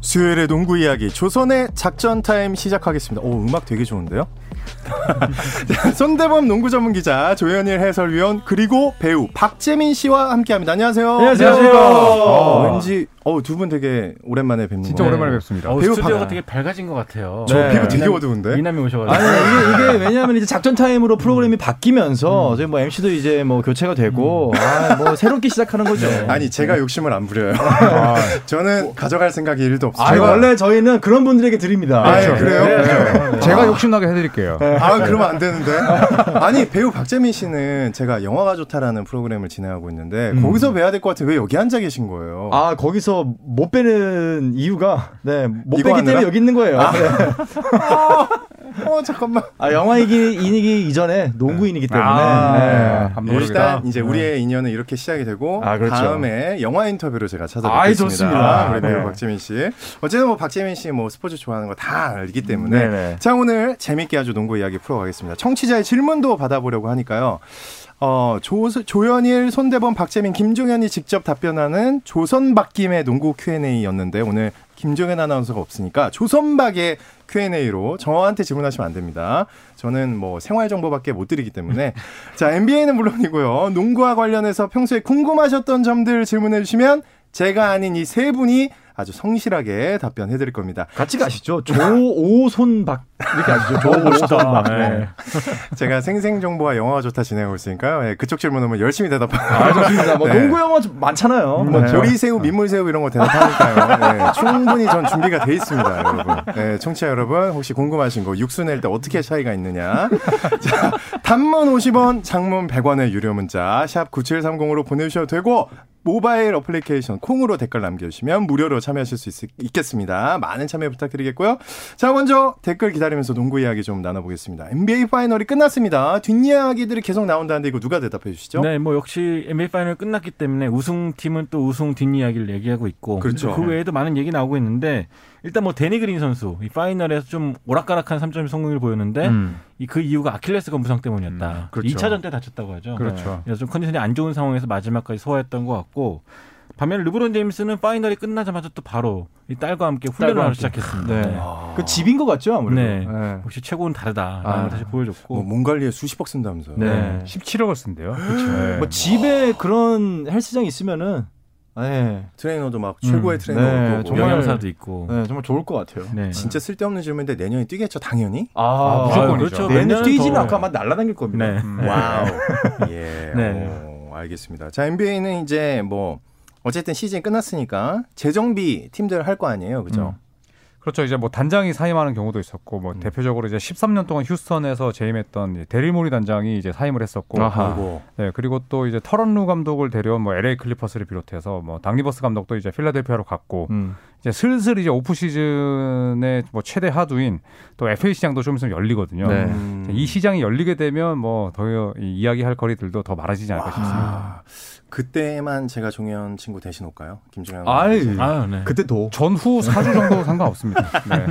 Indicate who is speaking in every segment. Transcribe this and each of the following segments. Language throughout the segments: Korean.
Speaker 1: 수요일의 농구 이야기 조선의 작전 타임 시작하겠습니다. 오 음악 되게 좋은데요? 손대범 농구 전문 기자 조현일 해설위원 그리고 배우 박재민 씨와 함께합니다. 안녕하세요.
Speaker 2: 안녕하세요.
Speaker 1: 어, 왠지 두 분 되게 오랜만에 뵙는
Speaker 3: 진짜
Speaker 1: 거예요.
Speaker 3: 오랜만에 뵙습니다.
Speaker 1: 어,
Speaker 3: 어,
Speaker 1: 배우
Speaker 4: 네. 스튜디오가
Speaker 1: 파나.
Speaker 4: 되게 밝아진 것 같아요.
Speaker 1: 저
Speaker 2: 네.
Speaker 1: 피부 되게
Speaker 4: 미남-
Speaker 1: 어두운데.
Speaker 4: 미남이
Speaker 2: 아니
Speaker 4: 오셔가지고.
Speaker 2: 이게 이게 왜냐하면 이제 작전 타임으로 프로그램이 바뀌면서 저희 뭐 MC도 이제 뭐 교체가 되고 아, 뭐 새롭게 시작하는 거죠.
Speaker 1: 네. 아니 제가 욕심을 안 부려요. 저는 가져갈 생각이 일도 없어요.
Speaker 2: 아, 원래 저희는 그런 분들에게 드립니다. 그렇죠.
Speaker 1: 아, 예, 그래요? 네.
Speaker 3: 제가 욕심나게 해드릴게요.
Speaker 1: 아, 그러면 안 되는데. 아니, 배우 박재민 씨는 제가 영화가 좋다라는 프로그램을 진행하고 있는데, 거기서 뵈야 될 것 같아요. 왜 여기 앉아 계신 거예요?
Speaker 2: 아 거기서 못 빼는 이유가 네못
Speaker 1: 이거
Speaker 2: 빼기
Speaker 1: 하느라?
Speaker 2: 때문에 여기 있는 거예요. 아,
Speaker 1: 어, 잠깐만.
Speaker 2: 영화 이기 이기 이전에 농구인이기 때문에
Speaker 3: 아,
Speaker 2: 네.
Speaker 3: 밥 먹으러
Speaker 1: 일단
Speaker 3: 가다.
Speaker 1: 이제 우리의 인연은 이렇게 시작이 되고
Speaker 2: 아, 그렇죠.
Speaker 1: 다음에 영화 인터뷰로 제가
Speaker 2: 아이,
Speaker 1: 찾아뵙겠습니다.
Speaker 2: 좋습니다.
Speaker 1: 우리 배우
Speaker 2: 네.
Speaker 1: 박재민 씨. 어쨌든 뭐 박재민 씨 뭐 스포츠 좋아하는 거 다 알기 때문에
Speaker 2: 네네.
Speaker 1: 자 오늘 재밌게 아주 농구 이야기 풀어가겠습니다. 청취자의 질문도 받아보려고 하니까요. 어, 조, 조현일, 손대범, 박재민, 김종현이 직접 답변하는 조선박김의 농구 Q&A였는데 오늘 김종현 아나운서가 없으니까 조선박의 Q&A로 저한테 질문하시면 안 됩니다. 저는 뭐 생활 정보밖에 못 드리기 때문에 자 NBA는 물론이고요 농구와 관련해서 평소에 궁금하셨던 점들 질문해 주시면 제가 아닌 이 세 분이 아주 성실하게 답변해 드릴 겁니다.
Speaker 2: 같이 가시죠. 조오손박 이렇게 아시죠? 조오손박. 네.
Speaker 1: 제가 생생 정보와 영화가 좋다 진행하고 있으니까요. 예, 그쪽 질문 오면 열심히
Speaker 2: 아,
Speaker 1: 대답하고
Speaker 2: 좋습니다. 뭐
Speaker 1: 네.
Speaker 2: 농구 영화 좀 많잖아요.
Speaker 1: 뭐
Speaker 2: 네.
Speaker 1: 조리새우, 민물새우 이런 거 대답하니까요. 네, 충분히 전 준비가 돼 있습니다, 여러분. 네, 청취자 여러분, 혹시 궁금하신 거 육수 낼 때 어떻게 차이가 있느냐. 자, 단문 50원, 장문 100원의 유료 문자 샵 9730으로 보내주셔도 되고 모바일 어플리케이션 콩으로 댓글 남겨주시면 무료로 참여하실 수 있, 겠습니다 많은 참여 부탁드리겠고요. 자, 먼저 댓글 기다리면서 농구 이야기 좀 나눠보겠습니다. NBA 파이널이 끝났습니다. 뒷이야기들이 계속 나온다는데 이거 누가 대답해 주시죠?
Speaker 4: 네, 뭐 역시 NBA 파이널 끝났기 때문에 우승팀은 또 우승 뒷이야기를 얘기하고 있고
Speaker 1: 그렇죠.
Speaker 4: 그 외에도 많은 얘기 나오고 있는데 일단 뭐 데니 그린 선수 이 파이널에서 좀 오락가락한 3점 성공률 보였는데
Speaker 3: 음,
Speaker 4: 이 그 이유가 아킬레스건 부상 때문이었다.
Speaker 3: 그렇죠.
Speaker 4: 2차전 때 다쳤다고 하죠. 네.
Speaker 3: 그렇죠.
Speaker 4: 그래서 좀 컨디션이 안 좋은 상황에서 마지막까지 소화했던 것 같고 반면 르브론 제임스는 파이널이 끝나자마자 또 바로 이 딸과 함께 훈련을 하기 시작했습니다.
Speaker 3: 네.
Speaker 2: 그 집인 것 같죠 아무래도.
Speaker 4: 네.
Speaker 2: 네.
Speaker 4: 역시 최고는 다르다.
Speaker 3: 아.
Speaker 4: 라는 다시 보여줬고.
Speaker 1: 뭐 몸 관리에 수십억 쓴다면서요.
Speaker 4: 네.
Speaker 3: 17억을 쓴대요. 그렇죠.
Speaker 1: 네.
Speaker 3: 네.
Speaker 2: 뭐 집에 그런 헬스장 있으면은 네.
Speaker 1: 트레이너도 막 최고의
Speaker 4: 음,
Speaker 1: 트레이너고
Speaker 2: 네, 정말.
Speaker 4: 영양사도 있고.
Speaker 2: 네, 정말 좋을 것 같아요.
Speaker 4: 네.
Speaker 1: 진짜 쓸데없는 질문인데 내년에 뛰겠죠 당연히
Speaker 2: 아,
Speaker 3: 무조건이죠.
Speaker 2: 아유,
Speaker 3: 그렇죠.
Speaker 2: 내년
Speaker 4: 내년은
Speaker 2: 뛰지는
Speaker 4: 더-
Speaker 2: 아까 막 날아다닐 겁니다. 음.
Speaker 4: 네.
Speaker 1: 음. 와우 예
Speaker 4: 네.
Speaker 1: 오, 알겠습니다 자 NBA는 이제 뭐 어쨌든 시즌 끝났으니까 재정비 팀들 할 거 아니에요 그죠
Speaker 3: 그렇죠. 이제 뭐 단장이 사임하는 경우도 있었고,
Speaker 4: 음.
Speaker 3: 뭐 대표적으로 이제 13년 동안 휴스턴에서 재임했던 이제 데릴 모리 단장이 이제 사임을 했었고,
Speaker 1: 아
Speaker 3: 아
Speaker 1: 그리고
Speaker 3: 네 그리고 또 이제 터런루 감독을 데려온 뭐 LA 클리퍼스를 비롯해서 뭐 당리버스 감독도 이제 필라델피아로 갔고,
Speaker 2: 음.
Speaker 3: 이제 슬슬 이제 오프 시즌의 뭐 최대 하두인 또 FA 시장도 좀 있으면 열리거든요.
Speaker 2: 네.
Speaker 1: 음,
Speaker 3: 이 시장이 열리게 되면 뭐 더 이야기할 거리들도 더 많아지지 않을까 싶습니다.
Speaker 1: 아, 그때만 제가 종현 친구 대신 올까요 김종현
Speaker 2: 아이.
Speaker 4: 아, 네.
Speaker 2: 그때 도
Speaker 3: 전후 4주 정도 상관없습니다. 네.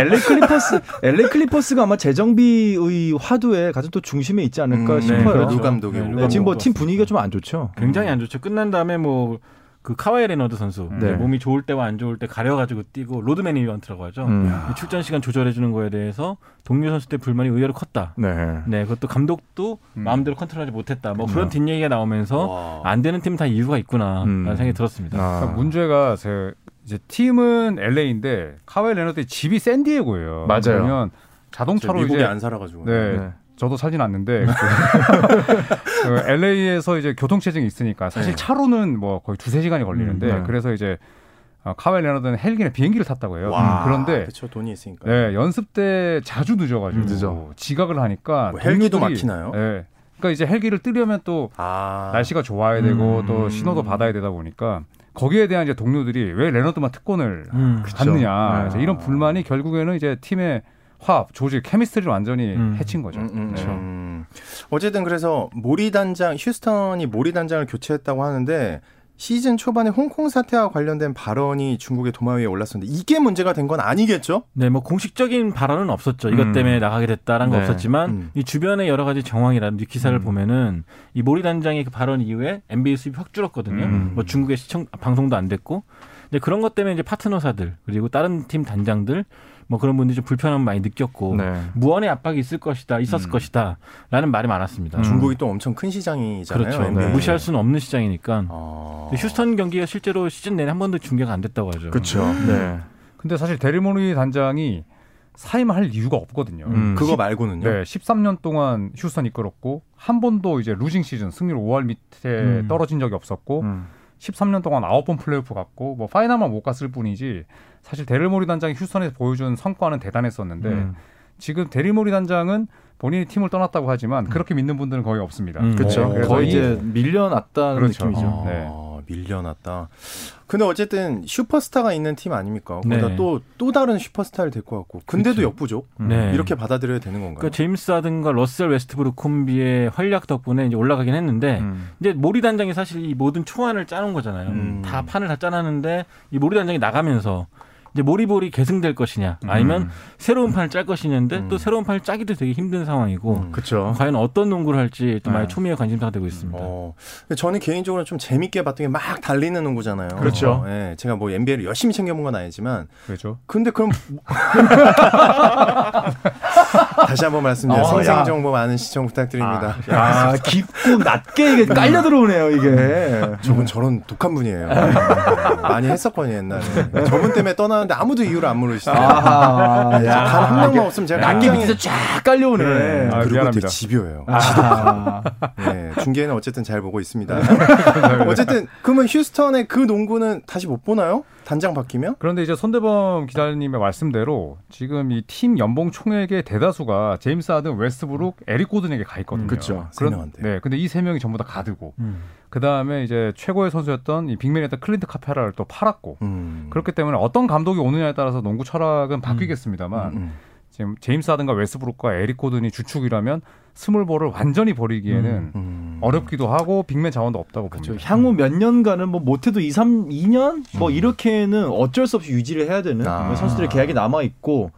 Speaker 2: LA 클리퍼스 LA 클리퍼스가 아마 재정비의 화두에 가장 또 중심에 있지 않을까
Speaker 1: 음,
Speaker 2: 그러니까 싶어요.
Speaker 4: 네,
Speaker 1: 그렇죠.
Speaker 4: 그렇죠.
Speaker 1: 누 감독이
Speaker 4: 네,
Speaker 1: 누
Speaker 4: 누
Speaker 2: 네,
Speaker 1: 감독.
Speaker 2: 지금 뭐 팀 분위기가 좀 안 좋죠.
Speaker 4: 굉장히 안 좋죠. 끝난 다음에 뭐 그 카와이 레너드 선수
Speaker 2: 네.
Speaker 4: 몸이 좋을 때와 안 좋을 때 가려가지고 뛰고 로드 매니저한트라고 하죠.
Speaker 2: 음.
Speaker 4: 이 출전 시간 조절해 주는 거에 대해서 동료 선수 때 불만이 의외로 컸다.
Speaker 2: 네.
Speaker 4: 네, 그것도 감독도
Speaker 3: 음.
Speaker 4: 마음대로 컨트롤하지 못했다. 뭐 그런 뒷얘기가 나오면서
Speaker 1: 와.
Speaker 4: 안 되는 팀 다 이유가 있구나라는
Speaker 2: 음.
Speaker 4: 생각이 들었습니다.
Speaker 3: 그러니까 문제가 제 이제 팀은 LA인데 카와이 레너드의 집이 샌디에고예요.
Speaker 2: 맞아요.
Speaker 3: 그러면
Speaker 1: 저
Speaker 3: 자동차로
Speaker 1: 미국에
Speaker 3: 이제
Speaker 1: 안 살아가지고
Speaker 3: 네,
Speaker 2: 네.
Speaker 3: 저도 사진 않는데 LA에서 이제 교통체증이 있으니까 사실
Speaker 1: 네.
Speaker 3: 차로는 뭐 거의 두세 시간이 걸리는데
Speaker 2: 음, 네.
Speaker 3: 그래서 이제 어, 카와이 레너드는 헬기나 비행기를 탔다고 해요.
Speaker 1: 와,
Speaker 3: 음, 그런데
Speaker 1: 그쵸 돈이 있으니까
Speaker 3: 네, 연습 때 자주 늦어가지고
Speaker 4: 음,
Speaker 2: 늦어.
Speaker 3: 지각을 하니까
Speaker 1: 뭐 헬기도
Speaker 3: 동료들이-
Speaker 1: 막히나요?
Speaker 3: 네. 그러니까 이제 헬기를 뜨려면 또
Speaker 1: 아
Speaker 3: 날씨가 좋아야 되고
Speaker 2: 음.
Speaker 3: 또 신호도 받아야 되다 보니까 거기에 대한 이제 동료들이 왜 레너드만 특권을
Speaker 4: 음.
Speaker 3: 받느냐
Speaker 2: 네.
Speaker 3: 이제 이런 불만이 결국에는 이제 팀의 화합, 조직, 케미스트리를 완전히
Speaker 4: 음.
Speaker 3: 해친 거죠.
Speaker 1: 음, 음,
Speaker 3: 네.
Speaker 1: 음. 어쨌든 그래서 모리 단장 휴스턴이 모리 단장을 교체했다고 하는데 시즌 초반에 홍콩 사태와 관련된 발언이 중국의 도마 위에 올랐었는데 이게 문제가 된 건 아니겠죠?
Speaker 4: 네, 뭐 공식적인 발언은 없었죠. 이것
Speaker 3: 음.
Speaker 4: 때문에 나가게 됐다는 거
Speaker 2: 네.
Speaker 4: 없었지만
Speaker 1: 음.
Speaker 4: 이 주변의 여러 가지 정황이라든지 기사를 보면은 이 모리 단장의 그 발언 이후에 NBA 수입이 확 줄었거든요.
Speaker 3: 음.
Speaker 4: 뭐 중국의 시청 방송도 안 됐고 근데 그런 것 때문에 이제 파트너사들 그리고 다른 팀 단장들 뭐 그런 분들이 좀 불편함을 많이 느꼈고
Speaker 2: 네.
Speaker 4: 무언의 압박이 있을 것이다, 있었을
Speaker 1: 음.
Speaker 4: 것이다라는 말이 많았습니다.
Speaker 1: 중국이 또 엄청 큰 시장이잖아요.
Speaker 4: 음. 그렇죠.
Speaker 1: NBA.
Speaker 2: 네.
Speaker 4: 무시할 수는 없는 시장이니까.
Speaker 1: 어.
Speaker 4: 근데 휴스턴 경기가 실제로 시즌 내내 한 번도 중계가 안 됐다고 하죠.
Speaker 2: 그렇죠. 네.
Speaker 3: 근데 사실 데리모리 단장이 사임할 이유가 없거든요.
Speaker 2: 음.
Speaker 1: 그거 말고는요.
Speaker 3: 네, 13년 동안 휴스턴 이끌었고 한 번도 이제 루징 시즌 승률 5할 밑에
Speaker 2: 음.
Speaker 3: 떨어진 적이 없었고 13년 동안 9번 플레이오프 갔고 뭐 파이널만 못 갔을 뿐이지 사실 데리모리 단장이 휴스턴에서 보여준 성과는
Speaker 1: 네.
Speaker 3: 대단했었는데
Speaker 2: 음.
Speaker 3: 지금 데리모리 단장은 본인이 팀을 떠났다고 하지만 그렇게 믿는 분들은 거의 없습니다.
Speaker 4: 음.
Speaker 2: 그렇죠.
Speaker 1: 어, 그래서
Speaker 2: 거의
Speaker 1: 이-
Speaker 2: 이제 밀려났다는
Speaker 3: 그렇죠.
Speaker 2: 느낌이죠.
Speaker 1: 아, 밀려났다. 근데 어쨌든 슈퍼스타가 있는 팀 아닙니까?
Speaker 4: 네.
Speaker 1: 거기다 또, 또 다른 슈퍼스타를 데리고 왔고. 근데도
Speaker 4: 그쵸.
Speaker 1: 역부족?
Speaker 3: 음.
Speaker 4: 네.
Speaker 1: 이렇게 받아들여야 되는 건가요?
Speaker 4: 그러니까 제임스 하든과 러셀 웨스트브룩 콤비의 활약 덕분에 이제 올라가긴 했는데
Speaker 3: 음.
Speaker 4: 이제 모리 단장이 사실 이 모든 초안을 짜놓은 거잖아요.
Speaker 1: 음.
Speaker 4: 다 판을 다 짜놨는데 이 모리 단장이 나가면서 이제 모리볼이 계승될 것이냐 아니면
Speaker 3: 음.
Speaker 4: 새로운 판을 짤 것이냐인데
Speaker 1: 음.
Speaker 4: 또 새로운 판을 짜기도 되게 힘든 상황이고
Speaker 1: 음.
Speaker 2: 그렇죠.
Speaker 4: 과연 어떤 농구를 할지 또
Speaker 2: 네.
Speaker 4: 많이 초미의 관심사가 되고 있습니다.
Speaker 1: 어, 근데 저는 개인적으로 좀 재밌게 봤던 게 막 달리는 농구잖아요.
Speaker 2: 그렇죠.
Speaker 1: 어, 예, 제가 뭐 NBA를 열심히 챙겨본 건 아니지만,
Speaker 3: 그렇죠.
Speaker 1: 근데 그럼 뭐 다시 한번 말씀드려요.
Speaker 2: 어,
Speaker 1: 생생
Speaker 2: 야.
Speaker 1: 정보 많은 시청 부탁드립니다.
Speaker 2: 야, 아, 깊고 낮게 이게 깔려 들어오네요, 이게.
Speaker 1: 저분 저런 독한 분이에요. 많이 했었거든요 옛날에. 저분 때문에 떠나는데 아무도 이유를 안 물으시더라고요.
Speaker 2: 아하. 야.
Speaker 1: 단 한 명만 없으면 제가
Speaker 2: 낮게
Speaker 1: 굉장히-
Speaker 2: 밑에서 쫙 깔려오네.
Speaker 3: 그래. 아,
Speaker 1: 그리고
Speaker 3: 미안합니다.
Speaker 1: 되게 집요해요.
Speaker 2: 아.
Speaker 1: 네, 중계는 어쨌든 잘 보고 있습니다. 어쨌든 그러면 휴스턴의 그 농구는 다시 못 보나요? 단장 바뀌면?
Speaker 3: 그런데 이제 손대범 기자님의 말씀대로 지금 이 팀 연봉 총액의 대다수가 제임스 하든, 웨스트브룩, 에릭 고든에게 가 있거든요.
Speaker 2: 음, 그렇죠.
Speaker 1: 세
Speaker 3: 그런-
Speaker 1: 명한테.
Speaker 3: 네, 근데 이 세 명이 전부 다 가드고
Speaker 4: 음.
Speaker 3: 그 다음에 이제 최고의 선수였던 이 빅맨이었던 클린트 카페라를 또 팔았고
Speaker 1: 음.
Speaker 3: 그렇기 때문에 어떤 감독이 오느냐에 따라서 농구 철학은 바뀌겠습니다만
Speaker 1: 음.
Speaker 3: 지금 제임스 하든과 웨스브룩과 에릭 고든이 주축이라면 스몰볼을 완전히 버리기에는
Speaker 1: 음.
Speaker 3: 어렵기도 하고 빅맨 자원도 없다고
Speaker 2: 그렇죠.
Speaker 3: 봅니다.
Speaker 2: 향후 몇 년간은 뭐 못해도 2, 3, 2년 뭐
Speaker 1: 음.
Speaker 2: 이렇게는 어쩔 수 없이 유지를 해야 되는
Speaker 1: 아.
Speaker 2: 뭐 선수들의 계약이 남아 있고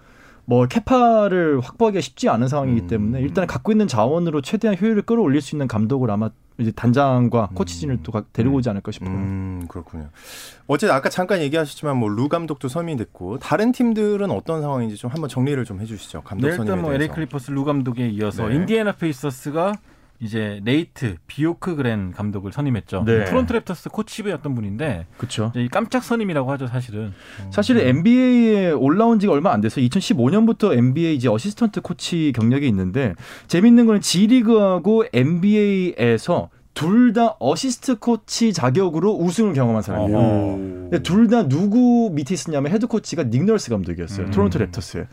Speaker 2: 뭐 캐파를 확보하기가 쉽지 않은 상황이기
Speaker 1: 음.
Speaker 2: 때문에 일단 갖고 있는 자원으로 최대한 효율을 끌어올릴 수 있는 감독을 아마 이제 단장과
Speaker 1: 음.
Speaker 2: 코치진을 또 가- 데리고 오지 않을까 싶어요.
Speaker 1: 음, 그렇군요. 어쨌든 아까 잠깐 얘기하셨지만 뭐 루 감독도 서민이 됐고 다른 팀들은 어떤 상황인지 좀 한번 정리를 좀 해주시죠.
Speaker 4: 네,
Speaker 1: 감독 선임에
Speaker 4: 일단 뭐
Speaker 1: 대해서.
Speaker 4: 에릭 클리퍼스 루 감독에 이어서
Speaker 1: 네.
Speaker 4: 인디애나 페이서스가 이제 네이트 비오크 그랜 감독을 선임했죠.
Speaker 2: 네.
Speaker 4: 토론토 랩터스 코치부였던 분인데
Speaker 2: 그렇죠.
Speaker 4: 이제 이 깜짝 선임이라고 하죠 사실은.
Speaker 2: 사실 NBA에 올라온 지가 얼마 안 돼서 2015년부터 NBA 이제 어시스턴트 코치 경력이 있는데 재밌는 거는 G리그하고 NBA에서 둘 다 어시스트 코치 자격으로 우승을 경험한 사람이에요. 근데 둘 다 누구 밑에 있었냐면 헤드 코치가 닉 널스 감독이었어요.
Speaker 3: 음.
Speaker 2: 토론토 랩터스.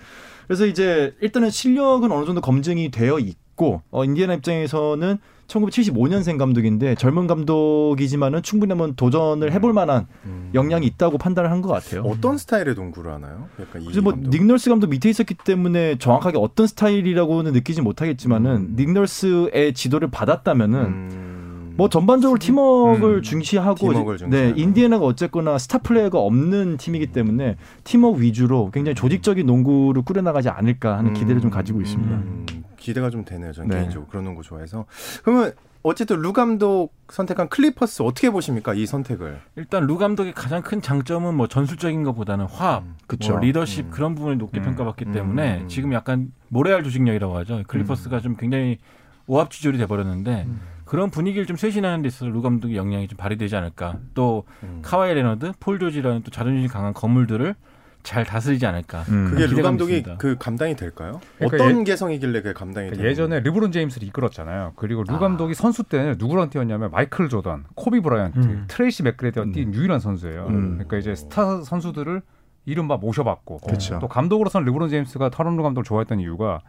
Speaker 2: 그래서 이제 일단은 실력은 어느 정도 검증이 되어 있고 어, 인디애나 입장에서는 1975년생 감독인데 젊은 감독이지만은 충분히 한번 도전을 해볼 만한
Speaker 1: 음.
Speaker 2: 역량이 있다고 판단을 한 것 같아요.
Speaker 1: 어떤 스타일의 농구를 하나요? 약간 이
Speaker 2: 그래서 뭐
Speaker 1: 감독.
Speaker 2: 닉널스 감독 밑에 있었기 때문에 정확하게 어떤 스타일이라고는 느끼지 못하겠지만은
Speaker 1: 음.
Speaker 2: 닉널스의 지도를 받았다면은
Speaker 1: 음.
Speaker 2: 뭐 전반적으로 팀워크를
Speaker 1: 음.
Speaker 2: 중시하고
Speaker 1: 팀워크를
Speaker 2: 이제-
Speaker 1: 중시하고.
Speaker 2: 네, 인디애나가 어쨌거나 스타 플레이어가 없는 팀이기 때문에 팀워크 위주로 굉장히 조직적인 농구를 꾸려나가지 않을까 하는 기대를 좀 가지고 있습니다.
Speaker 1: 음, 기대가 좀 되네요. 저는
Speaker 2: 네.
Speaker 1: 개인적으로 그런 농구 좋아해서. 그러면 어쨌든 루 감독 선택한 클리퍼스 어떻게 보십니까? 이 선택을.
Speaker 4: 일단 루 감독의 가장 큰 장점은 뭐 전술적인 것보다는 화합,
Speaker 2: 그쵸.
Speaker 4: 뭐 리더십
Speaker 1: 음.
Speaker 4: 그런 부분을 높게
Speaker 3: 음.
Speaker 4: 평가받기
Speaker 1: 음.
Speaker 4: 때문에
Speaker 1: 음.
Speaker 4: 지금 약간 모래알 조직력이라고 하죠. 클리퍼스가 좀 굉장히 오합지졸이 돼버렸는데
Speaker 1: 음.
Speaker 4: 그런 분위기를 좀 쇄신하는 데 있어서 루 감독의 역량이 좀 발휘되지 않을까. 또
Speaker 1: 음.
Speaker 4: 카와이 레너드, 폴 조지라는 또 자존심 강한 건물들을 잘 다스리지 않을까.
Speaker 1: 그게 루
Speaker 4: 기대감
Speaker 1: 감독이
Speaker 4: 있습니다.
Speaker 1: 그 감당이 될까요?
Speaker 3: 그러니까
Speaker 1: 어떤 개성이길래 그 감당이 돼요?
Speaker 3: 예전에 르브론 제임스를 이끌었잖아요. 그리고 루 감독이 선수 때는 누구랑 뛰었냐면 마이클 조던, 코비 브라이언트,
Speaker 4: 음.
Speaker 3: 트레이시 맥그레디와 뛴 유일한 선수예요.
Speaker 2: 음.
Speaker 3: 그러니까 이제 스타 선수들을 이른바 모셔봤고
Speaker 2: 그쵸.
Speaker 3: 또 감독으로서는 르브론 제임스가 터런 루 감독을 좋아했던 이유가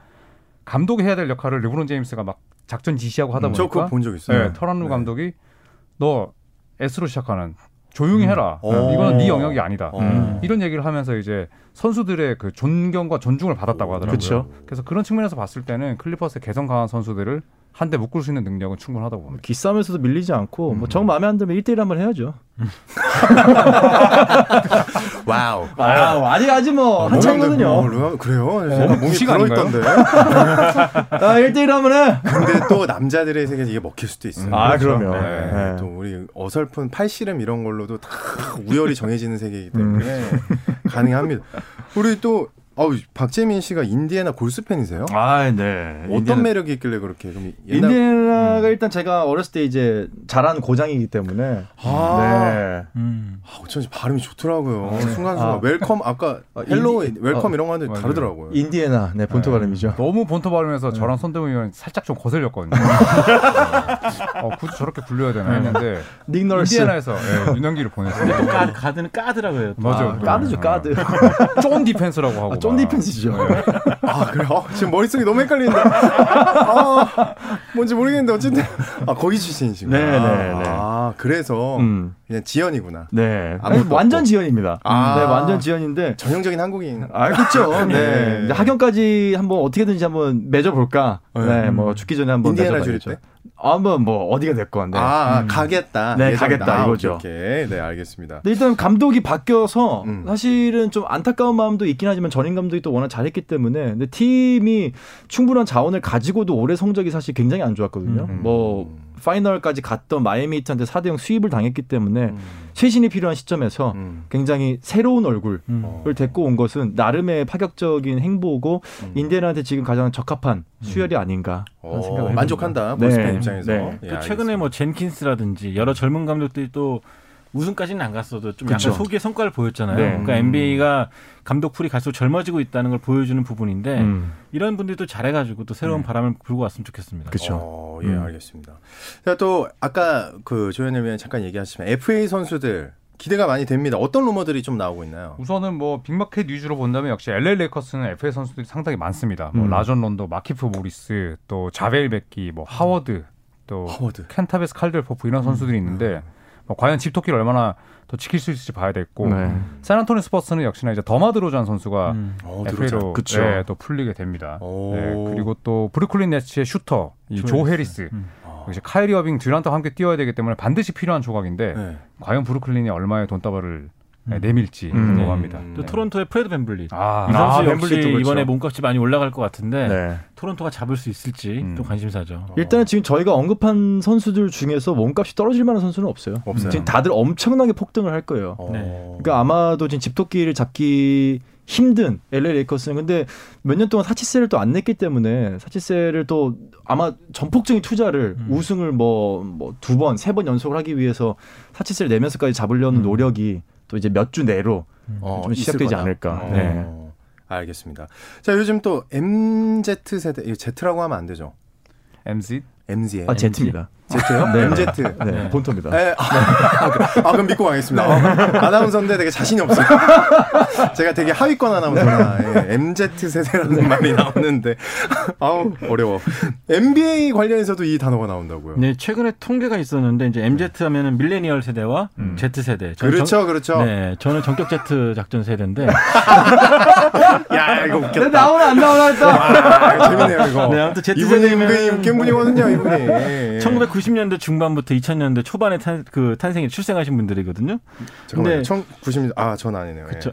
Speaker 3: 감독이 해야 될 역할을 르브론 제임스가 막 작전 지시하고 하다
Speaker 2: 음,
Speaker 1: 저 그거
Speaker 3: 보니까
Speaker 1: 본 적 있어요.
Speaker 3: 네, 터런 루
Speaker 1: 네.
Speaker 3: 감독이 너 S로 시작하는 조용히 해라.
Speaker 1: 어.
Speaker 3: 이거는 네 영역이 아니다.
Speaker 1: 어.
Speaker 2: 음.
Speaker 3: 이런 얘기를 하면서 이제 선수들의 그 존경과 존중을 받았다고 하더라고요.
Speaker 2: 그쵸.
Speaker 3: 그래서 그런 측면에서 봤을 때는 클리퍼스의 개성 강한 선수들을 한 대 묶을 수 있는 능력은 충분하다고 봅니다.
Speaker 2: 기싸움에서도
Speaker 1: 음.
Speaker 2: 뭐 밀리지 않고 뭐정 마음에 안 들면 1대1 한번 해야죠.
Speaker 1: 와우.
Speaker 2: 와우, 아직 아직 뭐
Speaker 1: 뭐,
Speaker 2: 한창이거든요.
Speaker 1: 루아- 그래요? 제가 몸이
Speaker 3: 무시가 아닌가요?
Speaker 1: 들어있던데.
Speaker 2: 아, 1대1 하면은
Speaker 1: 근데 또 남자들의 세계는 이게 먹힐 수도 있어요.
Speaker 2: 아,
Speaker 1: 그렇죠?
Speaker 2: 그럼요.
Speaker 1: 네.
Speaker 2: 네.
Speaker 1: 또 우리 어설픈 팔씨름 이런 걸로도 다 우열이 정해지는 세계이기 때문에 가능합니다. 우리 또 아우 박재민 씨가 인디애나 골수 팬이세요?
Speaker 2: 아, 네.
Speaker 1: 어떤 매력이 있길래 그렇게 그럼 옛날
Speaker 2: 인디애나가 일단 제가 어렸을 때 이제 자란 고장이기 때문에
Speaker 1: 아.
Speaker 2: 네.
Speaker 4: 음.
Speaker 1: 아, 어쩐지 발음이 좋더라고요. 순간순간
Speaker 2: 아.
Speaker 1: 웰컴 아까
Speaker 2: 아, 인디-
Speaker 1: 헬로 웰컴
Speaker 2: 어,
Speaker 1: 이런 거 하는데
Speaker 3: 맞아요.
Speaker 1: 다르더라고요.
Speaker 2: 인디애나 네 본토
Speaker 1: 네.
Speaker 2: 발음이죠.
Speaker 3: 너무 본토 발음에서
Speaker 2: 네.
Speaker 3: 저랑 손대문 의원 살짝 좀 거슬렸거든요. 어, 굳이 저렇게 불려야 되나
Speaker 2: 네.
Speaker 3: 했는데
Speaker 2: 닉널스
Speaker 3: 인디애나에서 예, 윤영기를 보냈어요.
Speaker 4: 또 까, 가드는 까드라고요.
Speaker 3: 맞아.
Speaker 2: 까드죠 까드.
Speaker 3: 쫀 디펜스라고 하고.
Speaker 2: 아, 쫀
Speaker 3: 막. 예.
Speaker 2: 디펜스죠.
Speaker 1: 아 그래요? 어, 지금 머릿속이 너무 헷갈리는데 아, 뭔지 모르겠는데 어쨌든 아 거기 출신이시구나
Speaker 2: 네, 네, 네.
Speaker 1: 아 그래서
Speaker 2: 음.
Speaker 1: 그냥 지연이구나
Speaker 2: 네.
Speaker 1: 아무것도
Speaker 2: 아니, 완전
Speaker 1: 없고.
Speaker 2: 지연입니다.
Speaker 1: 아.
Speaker 2: 네, 완전 지연인데
Speaker 1: 전형적인 한국인
Speaker 2: 알겠죠. 네.
Speaker 1: 네.
Speaker 2: 이제 학연까지 한번 어떻게든지 한번 맺어볼까.
Speaker 1: 네.
Speaker 2: 네. 뭐 죽기 전에 한번
Speaker 1: 인디애나
Speaker 2: 맺어봐야죠.
Speaker 1: 주일 때?
Speaker 2: 한번 뭐 어디가 될 건데.
Speaker 1: 아 가겠다
Speaker 2: 네,
Speaker 1: 예정이다.
Speaker 2: 가겠다,
Speaker 1: 아,
Speaker 2: 이거죠.
Speaker 1: 오케이 오케이. 네 알겠습니다
Speaker 2: 근데 일단 감독이 바뀌어서
Speaker 1: 음.
Speaker 2: 사실은 좀 안타까운 마음도 있긴 하지만 전임 감독이 또 워낙 잘했기 때문에 근데 팀이 충분한 자원을 가지고도 올해 성적이 사실 굉장히 안 좋았거든요.
Speaker 1: 음.
Speaker 2: 뭐 파이널까지 갔던 마이애미 히트한테 4대 0 수입을 당했기 때문에 쇄신이 필요한 시점에서
Speaker 1: 음.
Speaker 2: 굉장히 새로운 얼굴을
Speaker 4: 음.
Speaker 1: 어.
Speaker 2: 데리고 온 것은 나름의 파격적인 행보고
Speaker 1: 음.
Speaker 2: 인디애나한테 지금 가장 적합한 수혈이 아닌가
Speaker 1: 어,
Speaker 2: 하는 생각을
Speaker 1: 만족한다
Speaker 2: 네.
Speaker 1: 볼스팬 입장에서
Speaker 2: 네.
Speaker 1: 예,
Speaker 4: 또 최근에 뭐 젠킨스라든지 여러 젊은 감독들이 또 우승까지는 안 갔어도 좀
Speaker 2: 그쵸.
Speaker 4: 약간 소기의 성과를 보였잖아요.
Speaker 2: 네.
Speaker 4: 그러니까
Speaker 1: 음.
Speaker 4: NBA가 감독풀이 갈수록 젊어지고 있다는 걸
Speaker 1: 네.
Speaker 4: 보여주는 부분인데
Speaker 2: 음. 네.
Speaker 4: 이런 분들이 또 잘해가지고 또 새로운 바람을 불고 왔으면 좋겠습니다.
Speaker 2: 그쵸.
Speaker 1: 어, 예,
Speaker 2: 음.
Speaker 1: 그
Speaker 3: 우선은 뭐 빅마켓 위주로 본다면 역시 LA 레이커스는 FA 선수들이 상당히 많습니다. 뭐
Speaker 2: 음.
Speaker 3: 라존 론도, 마키프 모리스, 또 자벨 베키, 뭐 하워드, 또
Speaker 2: 음.
Speaker 1: 하워드.
Speaker 3: 켄타베스 칼델 포프 이런 선수들이 있는데 뭐 과연 집토끼를 얼마나 더 지킬 수 있을지 봐야 되겠고
Speaker 2: 네.
Speaker 3: 샌안토니 스퍼스는 역시나 이제 더마드로잔 선수가
Speaker 4: 음.
Speaker 1: 어,
Speaker 3: FA로
Speaker 2: 그쵸.
Speaker 3: 또 풀리게 됩니다.
Speaker 1: 오.
Speaker 3: 네, 그리고 또 브루클린 네츠의 슈터 이 조
Speaker 4: 조엘
Speaker 3: 해리스
Speaker 4: 음.
Speaker 1: 아.
Speaker 3: 역시 카이리 어빙 듀란트와 함께 뛰어야 되기 때문에 반드시 필요한 조각인데
Speaker 1: 네.
Speaker 3: 과연 브루클린이 얼마의 돈다발을 내밀지
Speaker 2: 음.
Speaker 3: 궁금합니다.
Speaker 1: 음.
Speaker 4: 또
Speaker 1: 네.
Speaker 4: 토론토의 프레드 벤블리
Speaker 3: 아,
Speaker 4: 이
Speaker 2: 아,
Speaker 4: 선수 역시
Speaker 2: 벤블리 또 그렇죠.
Speaker 4: 이번에 몸값이 많이 올라갈 것 같은데
Speaker 2: 네.
Speaker 4: 토론토가 잡을 수 있을지
Speaker 3: 음.
Speaker 4: 또
Speaker 1: 어.
Speaker 4: 관심사죠.
Speaker 2: 일단은 지금 저희가 언급한 선수들 중에서 몸값이 떨어질 만한 선수는 없어요.
Speaker 1: 없어요.
Speaker 2: 지금 다들 엄청나게 폭등을 할 거예요.
Speaker 1: 어.
Speaker 4: 네.
Speaker 2: 그러니까 아마도 지금 집토끼를 잡기 힘든 LA 레이커스는 근데 몇 년 동안 사치세를 또 안 냈기 때문에 사치세를 또 아마 전폭적인 투자를
Speaker 4: 음.
Speaker 2: 우승을 뭐 두 번 세 번 연속을 하기 위해서 사치세를 내면서까지 잡으려는 노력이 또 이제 몇 주 내로
Speaker 1: 음. 어,
Speaker 2: 좀
Speaker 1: 있을
Speaker 2: 시작되지
Speaker 1: 거다.
Speaker 2: 않을까.
Speaker 1: 어.
Speaker 2: 네.
Speaker 1: 알겠습니다. 자, 요즘 또 MZ 세대, 이거 Z라고 하면 안 되죠.
Speaker 3: MZ
Speaker 1: MZ에.
Speaker 2: 아 제트입니다.
Speaker 1: 네, Z요?
Speaker 2: 네.
Speaker 1: MZ.
Speaker 2: 네, 본토입니다.
Speaker 1: 에, 아, 아, 그- 아, 그럼 믿고 가겠습니다. 아, 아나운서인데 되게 자신이 없어요. 제가 되게 하위권 아나운서라 예, MZ 세대라는 말이 나오는데 아우 어려워. NBA 관련해서도 이 단어가 나온다고요.
Speaker 4: 네, 최근에 통계가 있었는데 이제 MZ 하면은 밀레니얼 세대와
Speaker 2: 음.
Speaker 4: Z 세대. 저는
Speaker 1: 그렇죠, 그렇죠.
Speaker 4: 정- 네, 저는 전격 Z 작전 세대인데
Speaker 1: 야 이거 웃겼다.
Speaker 2: 네, 나오나 안 나오나 했다.
Speaker 1: 아, 재밌네요 이거.
Speaker 2: 어.
Speaker 4: 네, 아무튼 Z
Speaker 1: 이분이
Speaker 4: 세대면-
Speaker 2: 그
Speaker 1: 은근히 웃긴 분이거든요, 이분이.
Speaker 4: 네.
Speaker 1: 예, 예.
Speaker 4: 1990년대 중반부터 2000년대 초반에 탄, 그 탄생에 출생하신 분들이거든요.
Speaker 1: 잠깐만요.
Speaker 4: 근데-
Speaker 1: 1990년 아전 아니네요. 예.
Speaker 4: 그쵸.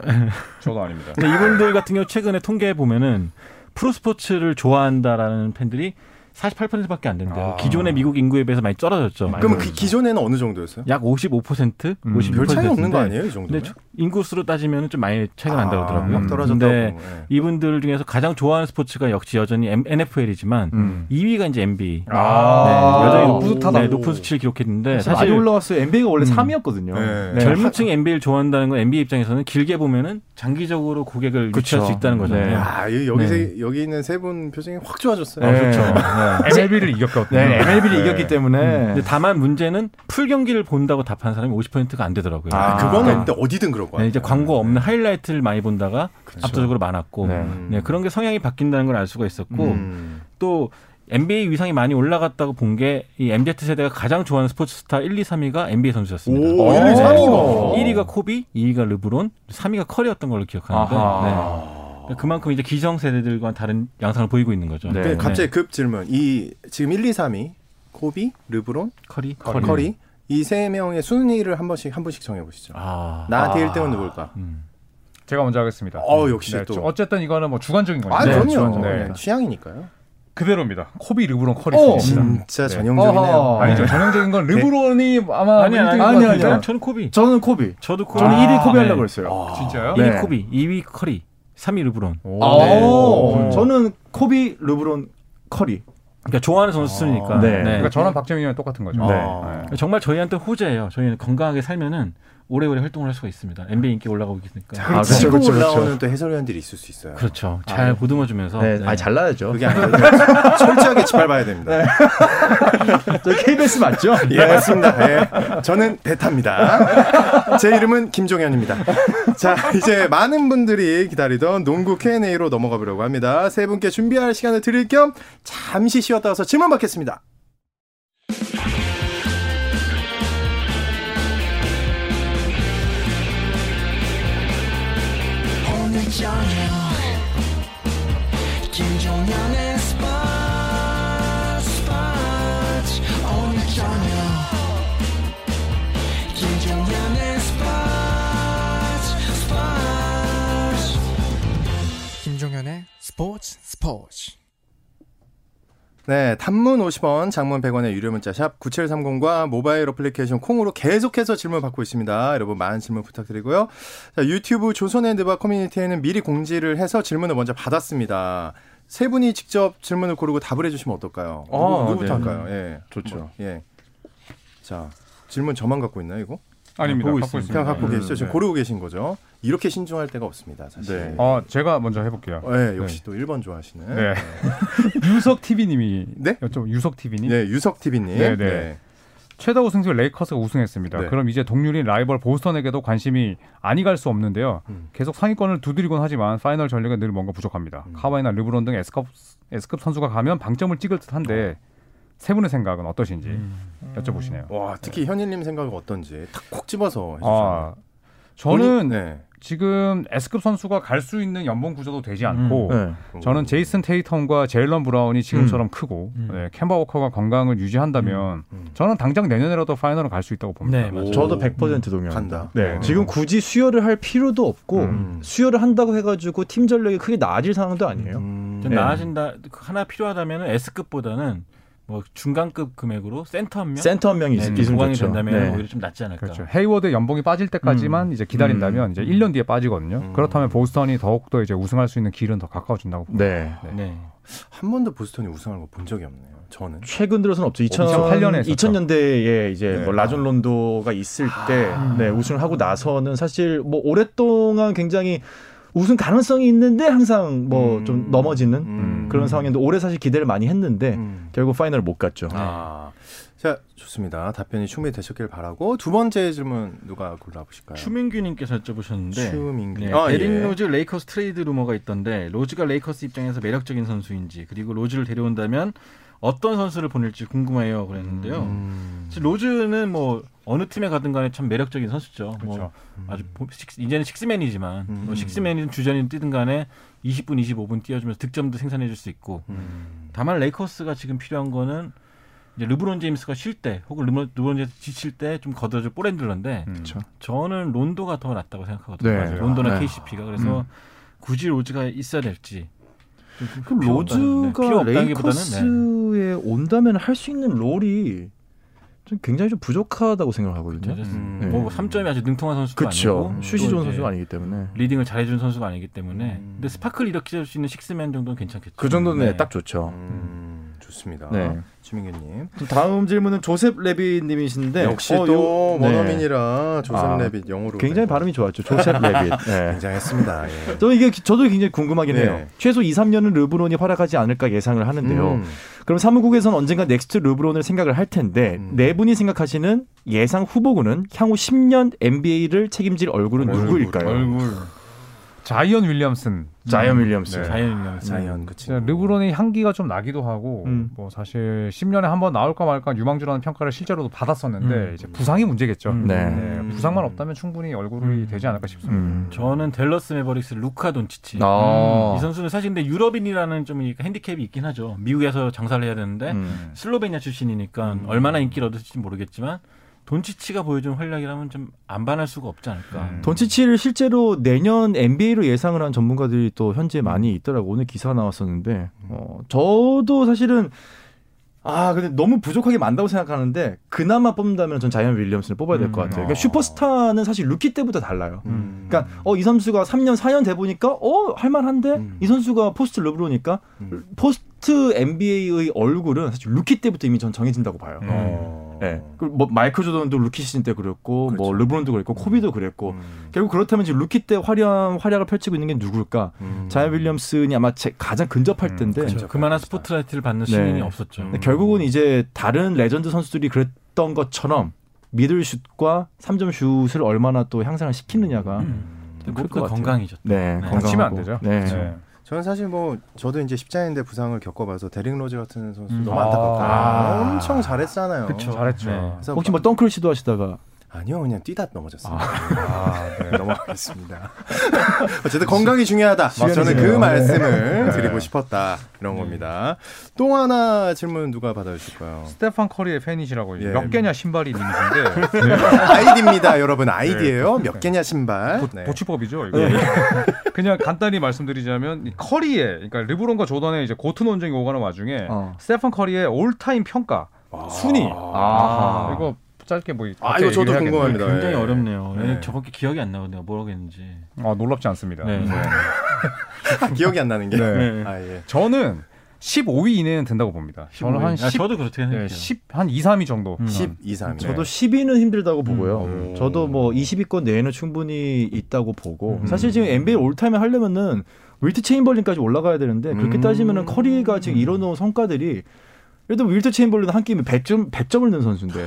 Speaker 3: 저도 아닙니다.
Speaker 4: 근데 이분들 같은 경우 최근에 통계에 보면은 프로스포츠를 좋아한다라는 팬들이 48%밖에 안 된대요.
Speaker 3: 아.
Speaker 4: 기존의 미국 인구에 비해서 많이 떨어졌죠.
Speaker 1: 그럼 그 기존에는 어느 정도였어요?
Speaker 4: 약 55%,
Speaker 3: 음,
Speaker 4: 56%.
Speaker 1: 별 차이 없는 거 아니에요, 이 정도면? 아,
Speaker 4: 근데 저- 인구수로 따지면 좀 많이 네. 차이가 난다고 하더라고요. 네.
Speaker 1: 막 떨어졌다고.
Speaker 4: 근데 이분들 중에서 가장 좋아하는 스포츠가 역시 여전히 NFL이지만
Speaker 1: 음.
Speaker 4: 2위가 이제 NBA.
Speaker 3: 아,
Speaker 4: 네, 여전히
Speaker 2: 오.
Speaker 4: 뿌듯하다. 네, 높은 수치를 기록했는데
Speaker 2: 사실 많이
Speaker 4: 사실
Speaker 2: 올라왔어요. NBA가 원래
Speaker 4: 음.
Speaker 2: 3위였거든요.
Speaker 1: 네.
Speaker 4: 젊은 층이 NBA를 좋아한다는 건 NBA 입장에서는 길게 보면은 장기적으로 고객을
Speaker 2: 그쵸.
Speaker 4: 유치할 수 있다는
Speaker 1: 예.
Speaker 4: 거잖아요.
Speaker 1: 아, 이- 여기
Speaker 4: 네.
Speaker 1: 세, 여기 있는 세 분 표정이 확 좋아졌어요.
Speaker 2: 네.
Speaker 3: MLB를 이겼거든요.
Speaker 2: 네, MLB를
Speaker 1: 네.
Speaker 2: 이겼기 때문에
Speaker 4: 근데 다만 문제는 풀 경기를 본다고 답한 사람이 50%가 안 되더라고요.
Speaker 1: 아,
Speaker 2: 아,
Speaker 1: 그거는
Speaker 2: 네.
Speaker 1: 근데 어디든 그럴 거
Speaker 4: 네,
Speaker 1: 같아요.
Speaker 4: 이제 광고 없는 하이라이트를 많이 본다가 압도적으로 많았고
Speaker 2: 네.
Speaker 4: 네, 그런 게 성향이 바뀐다는 걸 알 수가 있었고
Speaker 1: 음.
Speaker 4: 또 NBA 위상이 많이 올라갔다고 본 게 이 MZ 세대가 가장 좋아하는 스포츠 스타 1, 2, 3위가 NBA 선수였습니다.
Speaker 1: 오,
Speaker 2: 오.
Speaker 1: 1, 2, 3위가.
Speaker 4: 1위가 코비, 2위가 르브론, 3위가 커리였던 걸로 기억하는데
Speaker 2: 아하.
Speaker 4: 네. 그만큼 이제 기성 세대들과 다른 양상을 보이고 있는 거죠.
Speaker 2: 네.
Speaker 1: 근데 그 갑자기 급 질문. 이 지금 1, 2, 3위 코비, 르브론,
Speaker 4: 커리,
Speaker 1: 커리, 이 세 명의 순위를 한 번씩 한 번씩 정해 보시죠.
Speaker 4: 아,
Speaker 1: 나한테
Speaker 2: 아.
Speaker 1: 1등은 누굴까?
Speaker 4: 음.
Speaker 3: 제가 먼저 하겠습니다.
Speaker 1: 어, 역시
Speaker 3: 네,
Speaker 1: 또.
Speaker 3: 저- 어쨌든 이거는 뭐 주관적인 거니까.
Speaker 1: 아,
Speaker 2: 네,
Speaker 1: 그럼요.
Speaker 2: 주관적으로.
Speaker 1: 네,
Speaker 3: 네.
Speaker 1: 취향이니까요.
Speaker 3: 그대로입니다. 코비 르브론 커리
Speaker 2: 오!
Speaker 3: 습니다
Speaker 1: 진짜
Speaker 3: 네.
Speaker 1: 전형적이네요.
Speaker 2: 어허.
Speaker 1: 어. 네.
Speaker 3: 아니죠. 전형적인 건 르브론이 아마
Speaker 4: 아니
Speaker 3: 일등인
Speaker 4: 아니
Speaker 2: 아니,
Speaker 3: 것
Speaker 2: 아니,
Speaker 3: 같은데.
Speaker 2: 아니.
Speaker 4: 저는 코비.
Speaker 2: 저는 코비.
Speaker 4: 저도 코비.
Speaker 2: 저는
Speaker 3: 아,
Speaker 2: 1위 코비
Speaker 3: 네.
Speaker 2: 하려고 했어요.
Speaker 3: 진짜요?
Speaker 2: 네.
Speaker 4: 1위 코비, 2위 커리, 3위 르브론.
Speaker 3: 오.
Speaker 2: 아,
Speaker 3: 네.
Speaker 2: 오.
Speaker 3: 오.
Speaker 2: 저는 코비, 르브론, 커리.
Speaker 4: 그러니까 좋아하는 선수니까.
Speaker 3: 아,
Speaker 2: 네.
Speaker 3: 그러니까 저랑 박재민이랑 똑같은 거죠.
Speaker 2: 네.
Speaker 3: 네.
Speaker 4: 정말 저희한테 호재예요. 저희는 건강하게 살면은 오래오래 활동을 할 수가 있습니다. NBA 인기 올라가고 있으니까.
Speaker 1: 그럼
Speaker 2: 아,
Speaker 1: 치고
Speaker 2: 그렇죠, 그렇죠.
Speaker 1: 올라오는 또 해설위원들이 있을 수 있어요.
Speaker 4: 그렇죠. 잘 보듬어주면서.
Speaker 2: 네,
Speaker 4: 네.
Speaker 2: 아 잘라야죠.
Speaker 1: 그게 아니라 철저하게 짚밟아야 됩니다.
Speaker 2: 네. 저 KBS 맞죠? 네.
Speaker 1: 예, 맞습니다. 예. 저는 대타입니다. 제 이름은 김종현입니다. 자, 이제 많은 분들이 기다리던 농구 Q&A로 넘어가 보려고 합니다. 세 분께 준비할 시간을 드릴 겸 잠시 쉬었다 와서 질문 받겠습니다.
Speaker 5: 오늘 저녁 김종현의 스포츠 스포츠 오늘 저녁 김종현의 스포츠 스포츠 김종현의 스포츠 스포츠
Speaker 1: 네, 단문 50원, 장문 100원의 유료 문자 샵 9730과 모바일 어플리케이션 콩으로 계속해서 질문 받고 있습니다. 여러분 많은 질문 부탁드리고요. 자, 유튜브 조선앤드바 커뮤니티에는 미리 공지를 해서 질문을 먼저 받았습니다. 세 분이 직접 질문을 고르고 답을 해주시면 어떨까요?
Speaker 2: 어,
Speaker 1: 누구, 부터
Speaker 2: 네.
Speaker 1: 할까요? 예,
Speaker 2: 좋죠.
Speaker 1: 뭐, 예. 자, 질문 저만 갖고 있나요, 이거?
Speaker 3: 아닙니다.
Speaker 2: 보고
Speaker 3: 갖고
Speaker 2: 있습니다.
Speaker 1: 그냥
Speaker 3: 있습니다.
Speaker 1: 갖고 계시죠? 지금
Speaker 3: 네.
Speaker 1: 고르고 계신 거죠? 이렇게 신중할 데가 없습니다, 사실.
Speaker 2: 네.
Speaker 3: 어, 제가 먼저 해볼게요.
Speaker 1: 예, 역시 또 1번 좋아하시는.
Speaker 3: 네. 유석 TV님이
Speaker 1: 네?
Speaker 3: 좀 유석 TV님
Speaker 1: 네, 유석 TV님.
Speaker 3: 네, 네. 최다 우승수 레이커스가 우승했습니다.
Speaker 1: 네.
Speaker 3: 그럼 이제 동률인 라이벌 보스턴에게도 관심이 아니 갈 수 없는데요.
Speaker 1: 음.
Speaker 3: 계속 상위권을 두드리곤 하지만 파이널 전력에 늘 뭔가 부족합니다. 카와이나 르브론 등 S급, S급 선수가 가면 방점을 찍을 듯한데 세 분의 생각은 어떠신지 여쭤보시네요.
Speaker 1: 와 특히 현일님 생각은 어떤지 탁 콕 집어서 해주세요.
Speaker 3: 아, 저는
Speaker 1: 네.
Speaker 3: 지금 S급 선수가 갈 수 있는 연봉 구조도 되지 않고
Speaker 2: 네.
Speaker 3: 저는 제이슨 테이텀과 제일런 브라운이 지금처럼 크고
Speaker 4: 음.
Speaker 3: 네, 캠바 워커가 건강을 유지한다면
Speaker 1: 음.
Speaker 3: 저는 당장 내년에라도 파이널을 갈 수 있다고 봅니다.
Speaker 4: 네, 맞아요.
Speaker 2: 저도 100% 동의합니다.
Speaker 1: 간다.
Speaker 2: 네,
Speaker 1: 네.
Speaker 2: 지금 굳이 수혈을 할 필요도 없고
Speaker 1: 음.
Speaker 2: 수혈을 한다고 해가지고 팀 전력이 크게 나아질 상황도 아니에요.
Speaker 1: 음.
Speaker 4: 좀 나아진다. 그 하나 필요하다면은 S급보다는 뭐 중간급 금액으로 센터 한 명.
Speaker 2: 센터 한 명이
Speaker 4: 네,
Speaker 2: 있-
Speaker 4: 좀
Speaker 2: 있으면
Speaker 4: 보강이
Speaker 2: 좋죠.
Speaker 4: 된다면
Speaker 2: 네.
Speaker 4: 오히려 좀 낫지 않을까.
Speaker 3: 그렇죠. 헤이워드 연봉이 빠질
Speaker 2: 음.
Speaker 3: 때까지만 이제 기다린다면 이제 1년 뒤에 빠지거든요.
Speaker 1: 음.
Speaker 3: 그렇다면 보스턴이 더욱더 이제 우승할 수 있는 길은 더 가까워진다고 봅니다.
Speaker 2: 네.
Speaker 4: 네.
Speaker 1: 한 번도 보스턴이 우승한 거 본 적이 없네요. 저는.
Speaker 2: 최근 들어서는 없죠.
Speaker 3: 2008
Speaker 2: 2008년에
Speaker 3: 년에 했었죠.
Speaker 2: 2000년대에 이제
Speaker 1: 네.
Speaker 2: 뭐 라존 론도가 있을
Speaker 4: 아.
Speaker 2: 때 네, 우승을 하고 나서는 사실 뭐 오랫동안 굉장히 우승 가능성이 있는데 항상 뭐 좀
Speaker 1: 음.
Speaker 2: 넘어지는
Speaker 1: 음.
Speaker 2: 그런 상황인데 올해 사실 기대를 많이 했는데
Speaker 1: 음.
Speaker 2: 결국 파이널 못 갔죠.
Speaker 1: 아. 자 좋습니다. 답변이 충분히 되셨길 바라고 두 번째 질문 누가 골라보실까요?
Speaker 4: 추민규님께서 여쭤보셨는데.
Speaker 1: 네. 추민규.
Speaker 4: 네,
Speaker 1: 아,
Speaker 4: 에릭
Speaker 1: 예.
Speaker 4: 로즈 레이커스 트레이드 루머가 있던데 로즈가 레이커스 입장에서 매력적인 선수인지 그리고 로즈를 데려온다면 어떤 선수를 보낼지 궁금해요 그랬는데요.
Speaker 1: 음.
Speaker 4: 사실 로즈는 뭐 어느 팀에 가든 간에 참 매력적인 선수죠.
Speaker 2: 그렇죠.
Speaker 4: 뭐
Speaker 2: 음.
Speaker 4: 아주 보- 식- 이제는 식스맨이지만
Speaker 1: 음.
Speaker 4: 뭐 식스맨이든 주전이든 뛰든 간에 20분, 25분 뛰어주면서 득점도 생산해줄 수 있고
Speaker 1: 음.
Speaker 4: 다만 레이커스가 지금 필요한 거는 이제 르브론 제임스가 쉴 때 혹은 르브론, 르브론 제임스 지칠 때 좀 걷어줄 볼핸들러인데
Speaker 3: 음.
Speaker 2: 그렇죠.
Speaker 4: 저는 론도가 더 낫다고 생각하거든요.
Speaker 2: 네.
Speaker 4: 맞아요. 론도나
Speaker 2: 네.
Speaker 4: KCP가 그래서 굳이 로즈가 있어야 될지. 좀
Speaker 2: 그럼
Speaker 4: 필요 없다는- 네, 필요
Speaker 2: 로즈가
Speaker 4: 없다기보다는, 네.
Speaker 2: 레이커스에 온다면 할 수 있는 롤이 좀 굉장히 좀 부족하다고 생각하거든요.
Speaker 4: 이제
Speaker 1: 음.
Speaker 2: 네.
Speaker 4: 뭐 3점이 아주 능통한 선수도
Speaker 2: 그렇죠.
Speaker 4: 아니고
Speaker 2: 슛이
Speaker 4: 또
Speaker 2: 좋은
Speaker 4: 이제
Speaker 2: 선수가 아니기 때문에
Speaker 4: 리딩을 잘해주는 선수가 아니기 때문에
Speaker 1: 음.
Speaker 4: 근데 스파클 일으킬 수 있는 식스맨 정도는 괜찮겠죠.
Speaker 2: 그 정도는
Speaker 4: 네.
Speaker 2: 네, 딱 좋죠.
Speaker 1: 음, 좋습니다.
Speaker 2: 네.
Speaker 1: 추민규님.
Speaker 2: 그럼 다음 질문은 조셉 레빗님이신데
Speaker 1: 역시
Speaker 2: 어,
Speaker 1: 또
Speaker 2: 요- 네.
Speaker 1: 원어민이라 조셉
Speaker 2: 아,
Speaker 1: 레빗 영어로.
Speaker 2: 굉장히
Speaker 1: 된 거.
Speaker 2: 발음이 좋았죠. 조셉 레빗. 네.
Speaker 1: 굉장했습니다. 예.
Speaker 2: 저 이게 저도 굉장히 궁금하긴
Speaker 1: 네.
Speaker 2: 해요. 최소 2, 3년은 르브론이 활약하지 않을까 예상을 하는데요.
Speaker 1: 음.
Speaker 2: 그럼 사무국에선 언젠가 넥스트 르브론을 생각을 할 텐데
Speaker 1: 음.
Speaker 2: 네 분이 생각하시는 예상 후보군은 향후 10년 NBA를 책임질 얼굴은
Speaker 1: 얼굴, 음.
Speaker 2: 누구일까요?
Speaker 3: 얼굴 자이언 윌리엄슨
Speaker 2: 자이언 윌리엄스.
Speaker 3: 네.
Speaker 4: 자연이면
Speaker 1: 자이언 그치.
Speaker 3: 진짜 르브론의 향기가 좀 나기도 하고
Speaker 2: 음.
Speaker 3: 뭐 사실 10년에 한 번 나올까 말까 유망주라는 평가를 실제로도 받았었는데
Speaker 4: 음.
Speaker 3: 이제 부상이 문제겠죠.
Speaker 4: 음.
Speaker 2: 네.
Speaker 3: 네, 부상만 없다면 충분히 얼굴이 되지 않을까 싶습니다.
Speaker 2: 음.
Speaker 4: 저는 델러스 매버릭스 루카 돈치치.
Speaker 2: 아.
Speaker 4: 이 선수는 사실 근데 유럽인이라는 좀 이 핸디캡이 있긴 하죠. 미국에서 장사를 해야 되는데
Speaker 2: 음.
Speaker 4: 슬로베니아 출신이니까 얼마나 인기를 얻을지 모르겠지만 돈치치가 보여준 활약이라면 좀 안 반할 수가 없지 않을까.
Speaker 1: 음.
Speaker 2: 돈치치를 실제로 내년 NBA로 예상을 한 전문가들이 또 현재 많이 있더라고 오늘 기사 나왔었는데
Speaker 1: 음.
Speaker 2: 어, 저도 사실은 아 근데 너무 부족하게 많다고 생각하는데 그나마 뽑는다면 전 자이언 윌리엄슨을 뽑아야 될 것 같아요. 그러니까
Speaker 1: 어.
Speaker 2: 슈퍼스타는 사실 루키 때보다 달라요.
Speaker 1: 음.
Speaker 2: 그러니까 어 이 선수가 3년 4년 돼 보니까 어 할만한데
Speaker 1: 음.
Speaker 2: 이 선수가 포스트 르브로니까
Speaker 1: 음.
Speaker 2: 포스트 NBA의 얼굴은 사실 루키 때부터 이미 전 정해진다고 봐요.
Speaker 1: 어.
Speaker 2: 예. 그리고 뭐 마이클 조던도 루키 시즌 때 그랬고 뭐
Speaker 1: 그렇죠.
Speaker 2: 르브론도 그랬고 코비도 그랬고
Speaker 1: 음.
Speaker 2: 결국 그렇다면 지금 루키 때 화려한 활약을 펼치고 있는 게 누굴까?
Speaker 1: 음.
Speaker 2: 자이언 윌리엄슨이 아마 제 가장 근접할
Speaker 1: 음,
Speaker 2: 텐데
Speaker 1: 그렇죠.
Speaker 4: 그만한 스포트라이트를 받는 시민이
Speaker 2: 네.
Speaker 4: 없었죠.
Speaker 1: 음.
Speaker 2: 근데 결국은 이제 다른 레전드 선수들이 그랬던 것처럼 미들슛과 3점 슛을 얼마나 또 향상을 시키느냐가
Speaker 4: 근데
Speaker 2: 클
Speaker 4: 무엇보다
Speaker 2: 음. 것 같아요.
Speaker 4: 건강이죠.
Speaker 2: 네,
Speaker 4: 네.
Speaker 2: 건강하고.
Speaker 3: 다치면 안 되죠.
Speaker 2: 네.
Speaker 3: 네.
Speaker 1: 저는 사실 뭐 저도 이제 십자인대 부상을 겪어봐서 데릭 로즈 같은 선수
Speaker 4: 음.
Speaker 1: 너무
Speaker 3: 아.
Speaker 1: 안타깝다.
Speaker 2: 아.
Speaker 1: 엄청 잘했잖아요.
Speaker 3: 그쵸. 잘했죠.
Speaker 4: 네.
Speaker 1: 그래서
Speaker 2: 혹시 뭐 덩크를 시도하시다가
Speaker 1: 아니요 그냥 뛰다 넘어졌어요.
Speaker 3: 아, 네.
Speaker 1: 넘어가겠습니다. 어쨌든 건강이 중요하다. 막 저는 그
Speaker 2: 시간이네요.
Speaker 1: 말씀을 드리고 싶었다 이런 겁니다. 또 하나 질문 누가 받아주실까요?
Speaker 3: 스테판 커리의 팬이시라고
Speaker 1: 예.
Speaker 3: 몇 개냐 신발이 있는데
Speaker 2: 네.
Speaker 1: 아이디입니다, 여러분 아이디예요. 몇 개냐 신발. 네.
Speaker 3: 도치법이죠 이거. 그냥 간단히 말씀드리자면 이 커리의 그러니까 르브론과 조던의 이제 고투 논쟁이 오가는 와중에
Speaker 2: 어.
Speaker 3: 스테판 커리의 올타임 평가 순위
Speaker 2: 아.
Speaker 3: 이거 짧게 뭐
Speaker 1: 아 이거 저도
Speaker 3: 얘기해야겠네요.
Speaker 1: 궁금합니다.
Speaker 4: 굉장히
Speaker 1: 예.
Speaker 4: 어렵네요.
Speaker 1: 네.
Speaker 4: 네. 저밖에 기억이 안 나거든요. 뭐라고 했는지.
Speaker 3: 아 놀랍지 않습니다.
Speaker 4: 네.
Speaker 1: 아, 기억이 안 나는 게.
Speaker 3: 네.
Speaker 1: 아 예.
Speaker 3: 저는 15위 이내는 된다고 봅니다. 저는 한 10,
Speaker 4: 아, 저도 그렇게
Speaker 3: 네,
Speaker 4: 생각해요.
Speaker 3: 10, 한 2, 3위 정도.
Speaker 1: 12, 3.
Speaker 2: 저도 10위는 힘들다고 보고요.
Speaker 1: 네. 음.
Speaker 2: 저도 뭐 20위권 내에는 충분히 있다고 보고
Speaker 1: 음.
Speaker 2: 사실 지금 NBA 올타임에 하려면은 윌트 체인벌린까지 올라가야 되는데 그렇게
Speaker 1: 음.
Speaker 2: 따지면은 커리가 지금 이뤄놓은 성과들이 예를 들어 윌트 체인벌린은 한 게임에 100점 100점을 넣은 선수인데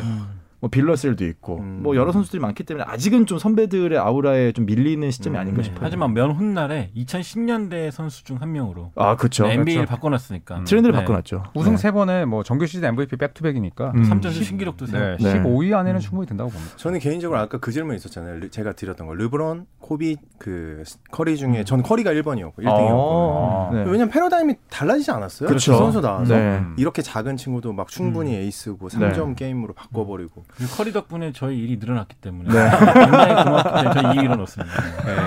Speaker 2: 뭐 빌러셀도 있고
Speaker 1: 음.
Speaker 2: 뭐 여러 선수들이 많기 때문에 아직은 좀 선배들의 아우라에 좀 밀리는 시점이
Speaker 1: 음.
Speaker 2: 아닌가
Speaker 4: 네.
Speaker 2: 싶어요.
Speaker 4: 하지만 면 훗날에 2010년대 선수 중 한 명으로 네,
Speaker 2: 아 그렇죠.
Speaker 1: 네,
Speaker 2: 음.
Speaker 4: NBA를
Speaker 3: 그렇죠.
Speaker 4: 바꿔놨으니까.
Speaker 2: 트렌드를
Speaker 4: 네.
Speaker 2: 바꿔놨죠.
Speaker 3: 우승
Speaker 2: 네.
Speaker 3: 세 번에 뭐 정규 시즌 MVP 백투백이니까
Speaker 2: 음.
Speaker 4: 3점슛 신기록도 세요.
Speaker 3: 네,
Speaker 2: 네.
Speaker 3: 15위 안에는 충분히 된다고 봅니다.
Speaker 1: 저는 개인적으로 아까 그 질문 있었잖아요. 르- 제가 드렸던 거 르브론, 코비, 그 스- 커리 중에 전 커리가 1번이었고 1등이었고.
Speaker 3: 아.
Speaker 2: 음. 네.
Speaker 1: 왜냐면 패러다임이 달라지지 않았어요.
Speaker 2: 그렇죠.
Speaker 1: 두 선수 나와서
Speaker 2: 네. 음.
Speaker 1: 이렇게 작은 친구도 막 충분히 에이스고 3점 게임으로 바꿔버리고
Speaker 2: 네.
Speaker 4: 그리고 커리 덕분에 저희 일이 늘어났기 때문에 굉장히 고맙기 때문에 저희 일이 일어났습니다.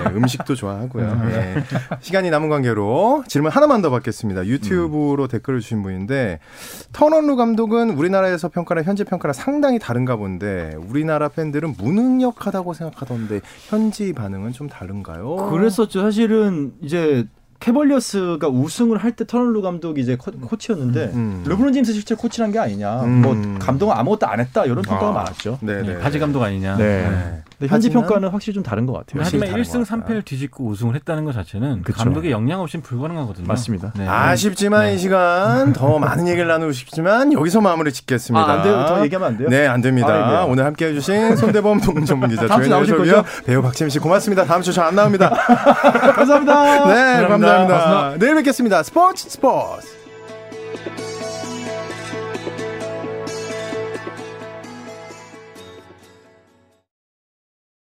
Speaker 1: 네, 음식도 좋아하고요. 네. 시간이 남은 관계로 질문 하나만 더 받겠습니다.
Speaker 2: 음.
Speaker 1: 유튜브로 댓글을 주신 분인데 턴원루 감독은 우리나라에서 평가랑 현지 평가랑 상당히 다른가 본데 우리나라 팬들은 무능력하다고 생각하던데 현지 반응은 좀 다른가요?
Speaker 4: 어.
Speaker 2: 그랬었죠. 사실은 이제 캐벌리어스가 우승을 할 때 터널루 감독이 이제 코, 치였는데
Speaker 1: 음.
Speaker 2: 르브론 제임스 실제 코치란 게 아니냐.
Speaker 1: 음.
Speaker 2: 뭐 감독은 아무것도 안 했다 이런 평가가
Speaker 1: 아.
Speaker 2: 많았죠.
Speaker 1: 네네.
Speaker 4: 바지 감독 아니냐.
Speaker 2: 네. 근데 현지
Speaker 1: 하지만-
Speaker 2: 평가는 확실히 좀 다른 것 같아요. 네.
Speaker 1: 확실히
Speaker 4: 하지만
Speaker 1: 다른 것
Speaker 4: 1승
Speaker 1: 같다.
Speaker 4: 3패를 뒤집고 우승을 했다는 것 자체는
Speaker 2: 그쵸.
Speaker 4: 감독의 역량 없이는 불가능하거든요.
Speaker 2: 맞습니다.
Speaker 4: 네.
Speaker 1: 아쉽지만 이 시간 더 많은 얘기를 나누고 싶지만 여기서 마무리 짓겠습니다.
Speaker 2: 아, 안 돼요? 더 얘기하면 안 돼요?
Speaker 1: 네, 안 됩니다.
Speaker 2: 아이고야. 예.
Speaker 1: 오늘 함께 해주신 손대범 동전문기자
Speaker 2: 다음 주
Speaker 1: 조현일
Speaker 2: 나오실
Speaker 1: 소비요 배우 박재민 씨 고맙습니다. 다음 주 저 안 나옵니다.
Speaker 2: 감사합니다.
Speaker 1: 네, 감사합니다.
Speaker 2: 감사합니다.
Speaker 1: 내일 뵙겠습니다. 스포츠 스포츠.